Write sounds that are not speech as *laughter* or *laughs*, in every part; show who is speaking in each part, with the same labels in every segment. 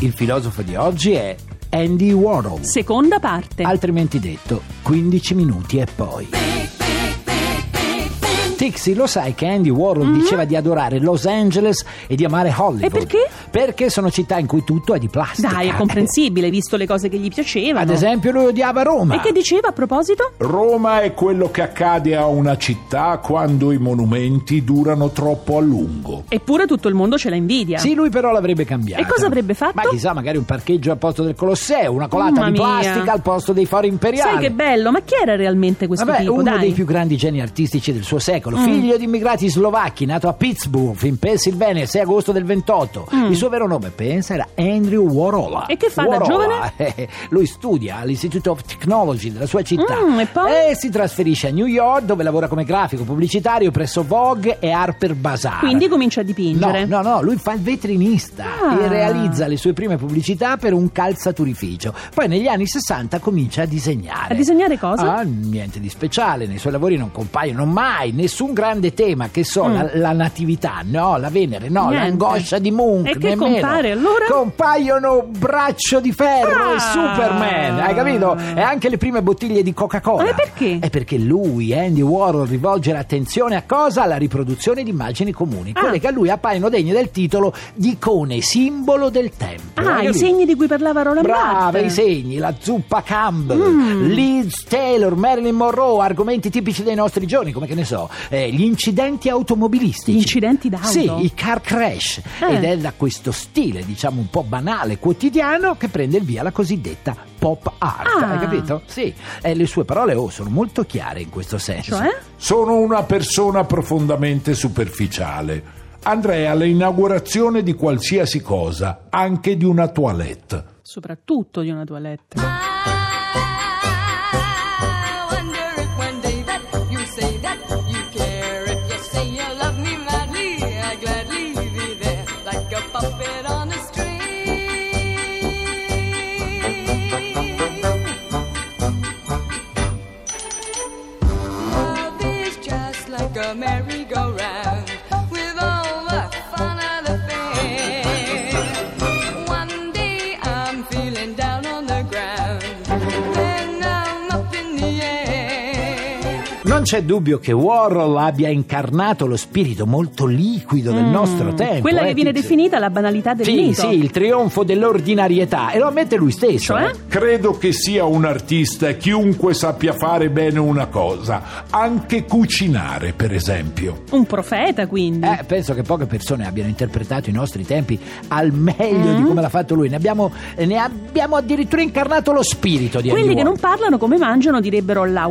Speaker 1: Il filosofo di oggi è Andy Warhol,
Speaker 2: Seconda parte.
Speaker 1: altrimenti detto 15 minuti e poi. Tixi, lo sai che Andy Warhol diceva di adorare Los Angeles e di amare Hollywood?
Speaker 2: Mm-hmm. E perché?
Speaker 1: Perché sono città in cui tutto è di plastica.
Speaker 2: Dai, è comprensibile, visto le cose che gli piacevano.
Speaker 1: Ad esempio, lui odiava Roma.
Speaker 2: E che diceva a proposito?
Speaker 3: Roma è quello che accade a una città quando i monumenti durano troppo a lungo.
Speaker 2: Eppure tutto il mondo ce la invidia.
Speaker 1: Sì, lui però l'avrebbe cambiato.
Speaker 2: E cosa avrebbe fatto?
Speaker 1: Ma chissà, magari un parcheggio al posto del Colosseo, una colata
Speaker 2: Mamma
Speaker 1: di
Speaker 2: mia.
Speaker 1: plastica al posto dei fori imperiali.
Speaker 2: Sai che bello, ma chi era realmente questo
Speaker 1: Vabbè,
Speaker 2: tipo?
Speaker 1: uno
Speaker 2: Dai. Mm.
Speaker 1: dei più grandi geni artistici del suo secolo, figlio di immigrati slovacchi, nato a Pittsburgh in Pennsylvania il 6 agosto del 28. Il suo vero nome, pensa, era Andrew Warola.
Speaker 2: Mm. E che fa da
Speaker 1: Warola.
Speaker 2: giovane?
Speaker 1: *laughs* Eh, Lui studia all'Istitute of Technology della sua città
Speaker 2: Mm, e poi?
Speaker 1: si trasferisce a New York dove lavora come grafico pubblicitario presso Vogue e Harper Bazaar.
Speaker 2: Quindi comincia a dipingere.
Speaker 1: No, no, no, lui fa il vetrinista
Speaker 2: Ah.
Speaker 1: e realizza le sue prime pubblicità per un calzaturificio. Poi negli anni 60 comincia a disegnare.
Speaker 2: A disegnare cosa?
Speaker 1: Ah, niente di speciale, nei suoi lavori non compaiono mai nessun grande tema che so,
Speaker 2: Mm.
Speaker 1: la, la natività, no, la Venere, no,
Speaker 2: Niente.
Speaker 1: l'angoscia di Munch.
Speaker 2: E che
Speaker 1: nemmeno.
Speaker 2: compare, allora?
Speaker 1: Compaiono Braccio di Ferro
Speaker 2: Ah.
Speaker 1: e Superman, hai capito? E anche le prime bottiglie di Coca-Cola.
Speaker 2: Ma perché?
Speaker 1: È perché lui, Andy Warhol, rivolge l'attenzione a cosa? Alla riproduzione di immagini comuni,
Speaker 2: Ah.
Speaker 1: quelle che a lui appaiono degne del titolo di icone, simbolo del tempo.
Speaker 2: Ah,
Speaker 1: hai
Speaker 2: i
Speaker 1: capito?
Speaker 2: segni di cui parlava Roland
Speaker 1: Brava, i
Speaker 2: Barthes.
Speaker 1: segni, la zuppa Campbell,
Speaker 2: Mm.
Speaker 1: Liz Taylor, Marilyn Monroe, argomenti tipici dei nostri giorni, come che ne so, eh, gli incidenti automobilistici.
Speaker 2: Gli incidenti d'auto?
Speaker 1: Sì, i car crash.
Speaker 2: Eh.
Speaker 1: Ed è da questo stile, diciamo, un po' banale, quotidiano, che prende il via la cosiddetta pop art.
Speaker 2: Ah.
Speaker 1: Hai capito? Sì. E le sue parole oh, sono molto chiare in questo senso.
Speaker 2: Cioè?
Speaker 3: Sono una persona profondamente superficiale. Andrei all'inaugurazione di qualsiasi cosa, anche di una toilette.
Speaker 2: Soprattutto di una toilette.
Speaker 4: I wonder if one day that you say that you care. If you say you love me madly, I gladly be there like a puppet on a string. Love is just like a merry-go-round with all the fun of the fair. One day I'm feeling down on the ground, then I'm up in the air.
Speaker 1: Non c'è dubbio che Warhol abbia incarnato lo spirito molto liquido del nostro tempo.
Speaker 2: Mm. Quella
Speaker 1: eh,
Speaker 2: che viene
Speaker 1: Tizi.
Speaker 2: definita la banalità del
Speaker 1: Sì,
Speaker 2: mito.
Speaker 1: sì, il trionfo dell'ordinarietà e lo ammette lui stesso.
Speaker 2: Cioè?
Speaker 3: Credo che sia un artista chiunque sappia fare bene una cosa, anche cucinare, per esempio.
Speaker 2: Un profeta, quindi.
Speaker 1: Eh, penso che poche persone abbiano interpretato i nostri tempi al meglio
Speaker 2: Mm.
Speaker 1: di come l'ha fatto lui. Ne abbiamo, eh, ne abbiamo addirittura incarnato lo spirito di
Speaker 2: Quelli
Speaker 1: Andy
Speaker 2: che non
Speaker 1: Warhol.
Speaker 2: parlano come mangiano direbbero la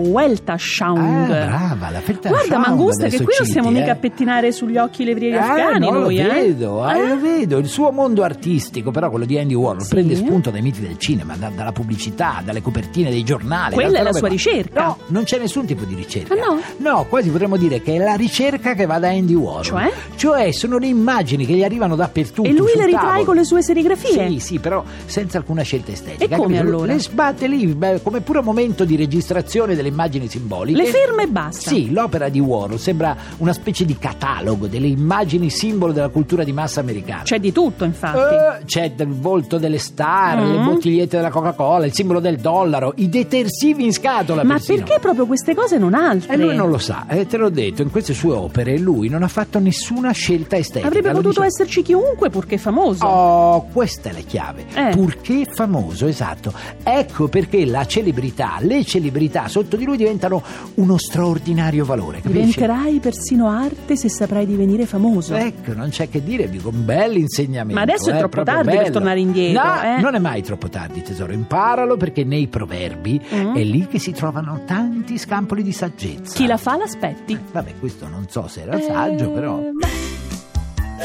Speaker 2: Weltaschauung.
Speaker 1: Ah, brava, la Weltaschauung
Speaker 2: Guarda, Mangusta, che
Speaker 1: adesso
Speaker 2: qui non
Speaker 1: citi,
Speaker 2: stiamo mica
Speaker 1: eh.
Speaker 2: a pettinare sugli occhi i levrieri
Speaker 1: Ah,
Speaker 2: afghani
Speaker 1: no,
Speaker 2: noi,
Speaker 1: lo
Speaker 2: eh.
Speaker 1: vedo, eh, lo vedo. Il suo mondo artistico, però, quello di Andy Warhol,
Speaker 2: Sì.
Speaker 1: prende spunto dai miti del cinema, da- dalla pubblicità, dalle copertine dei giornali.
Speaker 2: Quella
Speaker 1: da
Speaker 2: è la
Speaker 1: altre
Speaker 2: sua
Speaker 1: robe.
Speaker 2: ricerca.
Speaker 1: No, non c'è nessun tipo di ricerca.
Speaker 2: Ah, no?
Speaker 1: quasi potremmo dire che è la ricerca che va da Andy Warhol.
Speaker 2: Cioè?
Speaker 1: Cioè, sono le immagini che gli arrivano dappertutto.
Speaker 2: E lui
Speaker 1: sul
Speaker 2: le ritrae
Speaker 1: tavolo.
Speaker 2: con le sue serigrafie.
Speaker 1: Sì, sì, però senza alcuna scelta estetica.
Speaker 2: E come
Speaker 1: capito?
Speaker 2: allora?
Speaker 1: Le sbatte lì, beh, come puro momento di registrazione delle immagini simboliche.
Speaker 2: Le ferma e basta.
Speaker 1: Sì, l'opera di Warhol sembra una specie di catalogo delle immagini simbolo della cultura di massa americana.
Speaker 2: C'è di tutto, infatti.
Speaker 1: Eh, c'è del volto delle star, le
Speaker 2: Mm.
Speaker 1: bottigliette della Coca-Cola, il simbolo del dollaro, i detersivi in scatola.
Speaker 2: Ma
Speaker 1: persino.
Speaker 2: perché proprio queste cose non altre?
Speaker 1: E lui non lo sa, eh, te l'ho detto, in queste sue opere lui non ha fatto nessuna scelta estetica.
Speaker 2: Avrebbe
Speaker 1: lo
Speaker 2: potuto
Speaker 1: dice-
Speaker 2: esserci chiunque purché famoso.
Speaker 1: Oh, questa è la chiave.
Speaker 2: Eh.
Speaker 1: Purché famoso, esatto. Ecco perché la celebrità, le celebrità sotto di lui diventano uno straordinario valore, capisci?
Speaker 2: Diventerai persino arte se saprai divenire famoso.
Speaker 1: Ecco, non c'è che dire, dico, un bel insegnamento.
Speaker 2: Eh. Ma adesso è
Speaker 1: eh,
Speaker 2: troppo
Speaker 1: proprio
Speaker 2: tardi per
Speaker 1: bello.
Speaker 2: tornare indietro,
Speaker 1: No,
Speaker 2: eh.
Speaker 1: non è mai troppo tardi, tesoro. Imparalo perché nei proverbi
Speaker 2: Mm.
Speaker 1: è lì che si trovano tanti scampoli di saggezza.
Speaker 2: Chi la fa l'aspetti.
Speaker 1: Vabbè, questo non so se era saggio, però.
Speaker 2: Eh, ma-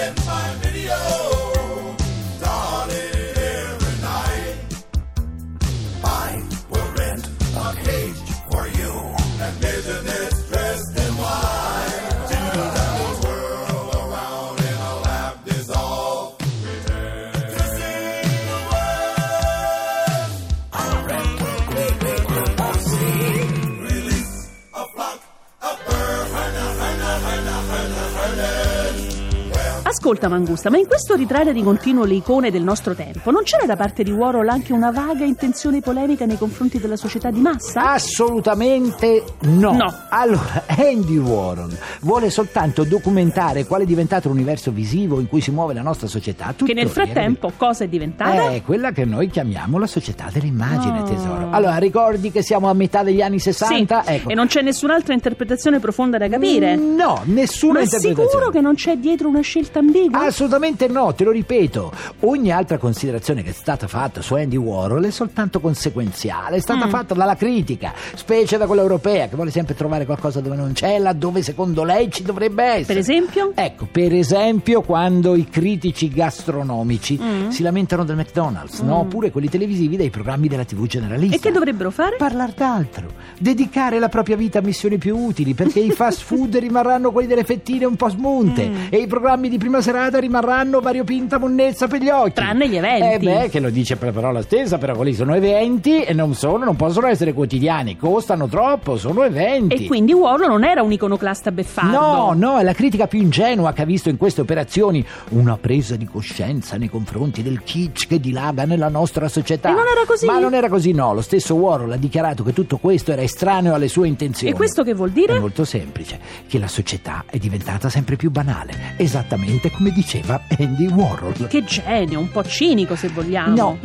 Speaker 2: Ascolta Mangusta, ma in questo ritrarre di continuo le icone del nostro tempo, non c'era da parte di Warhol anche una vaga intenzione polemica nei confronti della società di
Speaker 1: Ah,
Speaker 2: massa?
Speaker 1: Assolutamente no.
Speaker 2: No.
Speaker 1: Allora, *laughs* Andy Warren vuole soltanto documentare qual è diventato l'universo visivo in cui si muove la nostra società.
Speaker 2: che nel
Speaker 1: tuttora,
Speaker 2: frattempo cosa è diventata?
Speaker 1: È quella che noi chiamiamo la società dell'immagine,
Speaker 2: Ah.
Speaker 1: tesoro. Allora, ricordi che siamo a metà degli anni 60?
Speaker 2: sì,
Speaker 1: ecco.
Speaker 2: e non c'è nessun'altra interpretazione profonda da capire.
Speaker 1: No, nessuna
Speaker 2: ma
Speaker 1: interpretazione. Ah,
Speaker 2: sicuro che non c'è dietro una scelta ambigua?
Speaker 1: Assolutamente no, te lo ripeto. Ogni altra considerazione che è stata fatta su Andy Warhol è soltanto conseguenziale, è
Speaker 2: Mm.
Speaker 1: stata fatta dalla critica, specie da quella europea che vuole sempre trovare qualcosa dove non c'è, laddove secondo lei ci dovrebbe essere.
Speaker 2: per esempio?
Speaker 1: Ecco, per esempio quando i critici gastronomici
Speaker 2: Mm.
Speaker 1: si lamentano del McDonald's, no? oppure quelli televisivi dei programmi della TV generalista.
Speaker 2: e che dovrebbero fare?
Speaker 1: Parlare d'altro, dedicare la propria vita a missioni più utili, perché i fast
Speaker 2: *laughs*
Speaker 1: food rimarranno quelli delle fettine un po' smunte
Speaker 2: Mm.
Speaker 1: e i programmi di prima serata rimarranno variopinta monnezza per gli occhi.
Speaker 2: Tranne gli eventi.
Speaker 1: Eh beh, che lo dice per parola stessa, però quelli sono eventi e non sono, non possono essere quotidiani, costano troppo, sono eventi.
Speaker 2: E quindi Warhol non era un iconoclasta beffardo.
Speaker 1: No, no, è la critica più ingenua che ha visto in queste operazioni una presa di coscienza nei confronti del kitsch che dilaga nella nostra società.
Speaker 2: E non era così?
Speaker 1: Ma non era così, no. Lo stesso Warhol ha dichiarato che tutto questo era estraneo alle sue intenzioni.
Speaker 2: E questo che vuol dire?
Speaker 1: È molto semplice, che la società è diventata sempre più banale, esattamente come diceva Andy Warhol.
Speaker 2: Che genio, un po' cinico se vogliamo.
Speaker 1: No,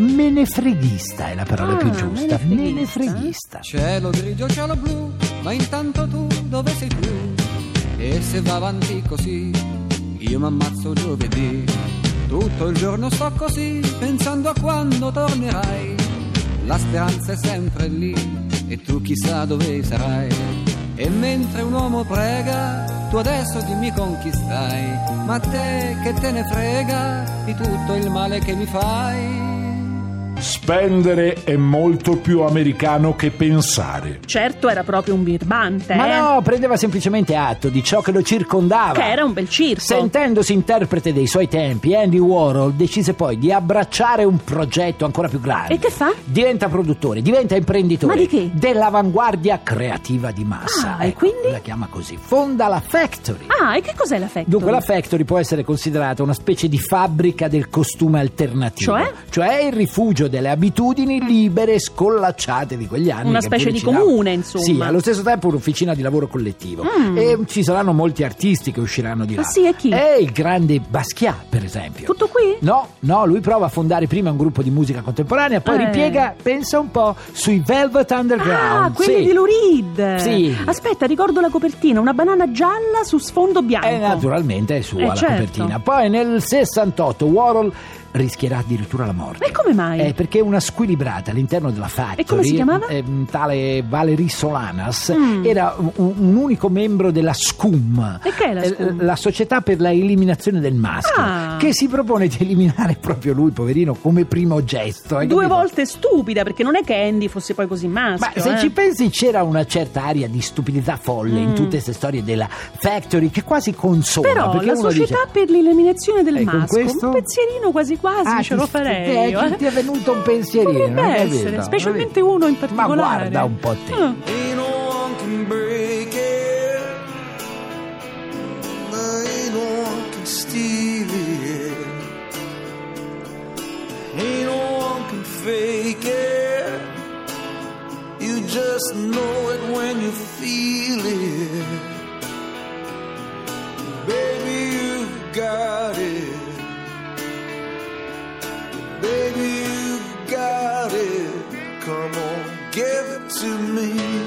Speaker 1: menefreghista è la parola
Speaker 2: Ah,
Speaker 1: più giusta.
Speaker 2: menefreghista.
Speaker 1: menefreghista.
Speaker 5: Cielo grigio, cielo blu, ma intanto tu dove sei più? E se va avanti così, io mi ammazzo giovedì. Tutto il giorno sto così, pensando a quando tornerai. La speranza è sempre lì, e tu chissà dove sarai. E mentre un uomo prega, tu adesso ti mi conquistai. Ma te che te ne frega di tutto il male che mi fai?
Speaker 3: Spendere è molto più americano che pensare.
Speaker 2: Certo era proprio un birbante, eh,
Speaker 1: Ma no, prendeva semplicemente atto di ciò che lo circondava.
Speaker 2: che era un bel circo.
Speaker 1: Sentendosi interprete dei suoi tempi, Andy Warhol decise poi di abbracciare un progetto ancora più grande.
Speaker 2: E che fa?
Speaker 1: Diventa produttore, diventa imprenditore.
Speaker 2: Ma di che?
Speaker 1: Dell'avanguardia creativa di massa.
Speaker 2: Ah, e quindi?
Speaker 1: La chiama così. Fonda la Factory.
Speaker 2: Ah, e che cos'è la Factory?
Speaker 1: Dunque, la Factory può essere considerata una specie di fabbrica del costume alternativo.
Speaker 2: Cioè? Mm.
Speaker 1: il rifugio delle abitudini libere e scollacciate di quegli anni.
Speaker 2: Una
Speaker 1: che
Speaker 2: specie
Speaker 1: pure
Speaker 2: di
Speaker 1: ci davano.
Speaker 2: comune, insomma.
Speaker 1: Sì, allo stesso tempo un'officina di lavoro collettivo. E ci saranno molti artisti che usciranno di là.
Speaker 2: Ah, sì, e chi?
Speaker 1: È il grande Basquiat, per esempio.
Speaker 2: Tutto qui?
Speaker 1: No, no, lui prova a fondare prima un gruppo di musica contemporanea, poi
Speaker 2: Eh.
Speaker 1: ripiega, pensa un po', sui Velvet Underground.
Speaker 2: Ah, quelli
Speaker 1: Sì.
Speaker 2: di Lou Reed.
Speaker 1: Sì.
Speaker 2: Aspetta, ricordo la copertina, una banana gialla su sfondo bianco.
Speaker 1: E Eh, naturalmente è sua
Speaker 2: Eh,
Speaker 1: la
Speaker 2: certo.
Speaker 1: copertina. Poi nel 68 Warhol rischierà addirittura la morte.
Speaker 2: E come mai?
Speaker 1: Eh, perché una squilibrata all'interno della Factory.
Speaker 2: E come si chiamava?
Speaker 1: ehm, tale Valerie Solanas
Speaker 2: Mm.
Speaker 1: era un, un unico membro della SCUM.
Speaker 2: E che è la
Speaker 1: eh,
Speaker 2: SCUM?
Speaker 1: La società per la eliminazione del maschio.
Speaker 2: Ah.
Speaker 1: Che si propone di eliminare proprio lui, poverino, come primo gesto. hai
Speaker 2: Due
Speaker 1: capito?
Speaker 2: volte stupida, perché non è che Andy fosse poi così maschio.
Speaker 1: Ma se
Speaker 2: eh. Mm.
Speaker 1: ci pensi c'era una certa aria di stupidità folle in tutte queste storie della Factory che quasi consola.
Speaker 2: Però
Speaker 1: perché
Speaker 2: la
Speaker 1: uno dice,
Speaker 2: società per l'eliminazione del
Speaker 1: E con
Speaker 2: maschio,
Speaker 1: questo?
Speaker 2: un pensierino quasi quasi
Speaker 1: Ah,
Speaker 2: ce
Speaker 1: ti-
Speaker 2: lo
Speaker 1: eh,
Speaker 2: farei. io,
Speaker 1: ti-
Speaker 2: eh.
Speaker 1: ti è venuto un pensierino,
Speaker 2: Potrebbe
Speaker 1: hai capito?
Speaker 2: essere, specialmente
Speaker 1: Vabbè.
Speaker 2: uno in
Speaker 1: Ma
Speaker 2: particolare.
Speaker 1: guarda un po' te.
Speaker 2: Ah.
Speaker 6: Ain't no one can break it. Ain't no one can steal it. Ain't no one can fake it. You just know it when you feel it. Baby, you've got it. Baby, you've got it. Come on, give it to me.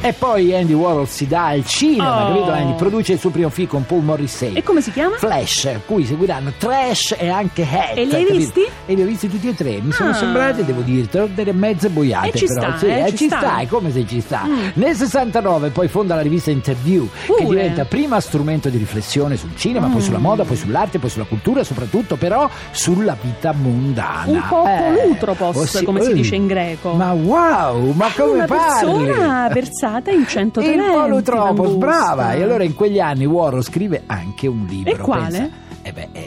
Speaker 1: E poi Andy Warhol si dà al
Speaker 2: Oh.
Speaker 1: cinema, capito Andy? Produce il suo primo film con Paul Morrissey.
Speaker 2: E come si chiama?
Speaker 1: Flash, a cui seguiranno Trash e anche Hat.
Speaker 2: E li hai
Speaker 1: capito?
Speaker 2: visti?
Speaker 1: E li ho visti tutti e tre. Mi sono
Speaker 2: Ah.
Speaker 1: sembrati, devo dirtelo, delle mezze boiate.
Speaker 2: E ci
Speaker 1: però.
Speaker 2: sta,
Speaker 1: sì,
Speaker 2: eh,
Speaker 1: eh,
Speaker 2: ci
Speaker 1: ci
Speaker 2: sta. Mm.
Speaker 1: sta, è come se ci sta. Nel 69 poi fonda la rivista Interview, che
Speaker 2: Pure. Mm.
Speaker 1: diventa prima strumento di riflessione sul cinema, poi sulla moda, poi sull'arte, poi sulla cultura, soprattutto però sulla vita Eh, mondana.
Speaker 2: Un po' polutropos,
Speaker 1: ossi-
Speaker 2: come si
Speaker 1: eh,
Speaker 2: dice in greco.
Speaker 1: Ma wow, ma
Speaker 2: È
Speaker 1: come
Speaker 2: una
Speaker 1: parli?
Speaker 2: persona versata in 100
Speaker 1: Il
Speaker 2: talenti,
Speaker 1: Polutropos,
Speaker 2: Mangusta.
Speaker 1: brava! E allora in quegli anni Warhol scrive anche un libro.
Speaker 2: E quale?
Speaker 1: pensa. Eh beh, eh,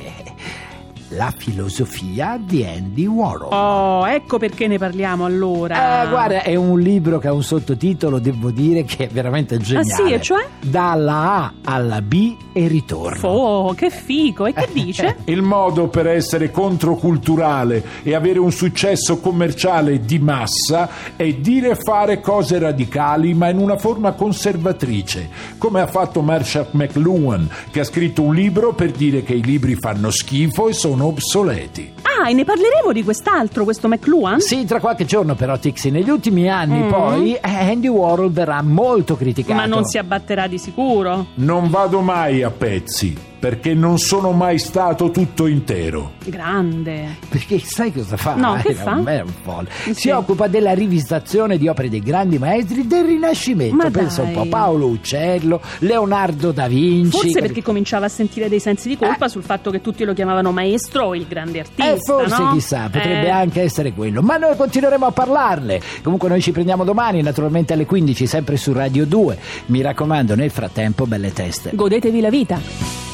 Speaker 1: la filosofia di Andy Warhol.
Speaker 2: Oh, ecco perché ne parliamo allora.
Speaker 1: Eh, guarda, è un libro che ha un sottotitolo, devo dire, che è veramente geniale.
Speaker 2: sì, e cioè?
Speaker 1: Dalla A alla B e ritorno.
Speaker 2: Oh, che figo! E che
Speaker 1: *laughs*
Speaker 2: dice?
Speaker 3: Il modo per essere controculturale e avere un successo commerciale di massa è dire e fare cose radicali ma in una forma conservatrice, come ha fatto Marshall McLuhan che ha scritto un libro per dire che i libri fanno schifo e sono obsoleti.
Speaker 2: Ah, e ne parleremo di quest'altro, questo McLuhan?
Speaker 1: Sì, tra qualche giorno però, Tixi, negli ultimi anni poi eh, Andy Warhol verrà molto criticato.
Speaker 2: Mm. Ma non si abbatterà di sicuro.
Speaker 3: Non vado mai a pezzi perché non sono mai stato tutto intero.
Speaker 2: Grande.
Speaker 1: Perché sai cosa fa? *laughs*
Speaker 2: No, che
Speaker 1: Era
Speaker 2: fa?
Speaker 1: un- era un folle.
Speaker 2: Sì.
Speaker 1: Si occupa della rivisitazione di opere dei grandi maestri del Rinascimento.
Speaker 2: Ma
Speaker 1: Pensa
Speaker 2: dai.
Speaker 1: un po', Paolo Uccello, Leonardo da Vinci.
Speaker 2: Forse
Speaker 1: capi-
Speaker 2: perché cominciava a sentire dei sensi di colpa sul fatto che tutti lo chiamavano maestro o il grande artista.
Speaker 1: Eh, forse
Speaker 2: no?
Speaker 1: chissà, potrebbe
Speaker 2: Eh.
Speaker 1: anche essere quello. Ma noi continueremo a parlarne. Comunque noi ci prendiamo domani, naturalmente alle 15, sempre su Radio 2. Mi raccomando, nel frattempo, belle teste.
Speaker 2: Godetevi la vita.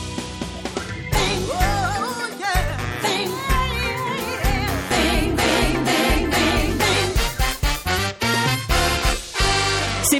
Speaker 2: Se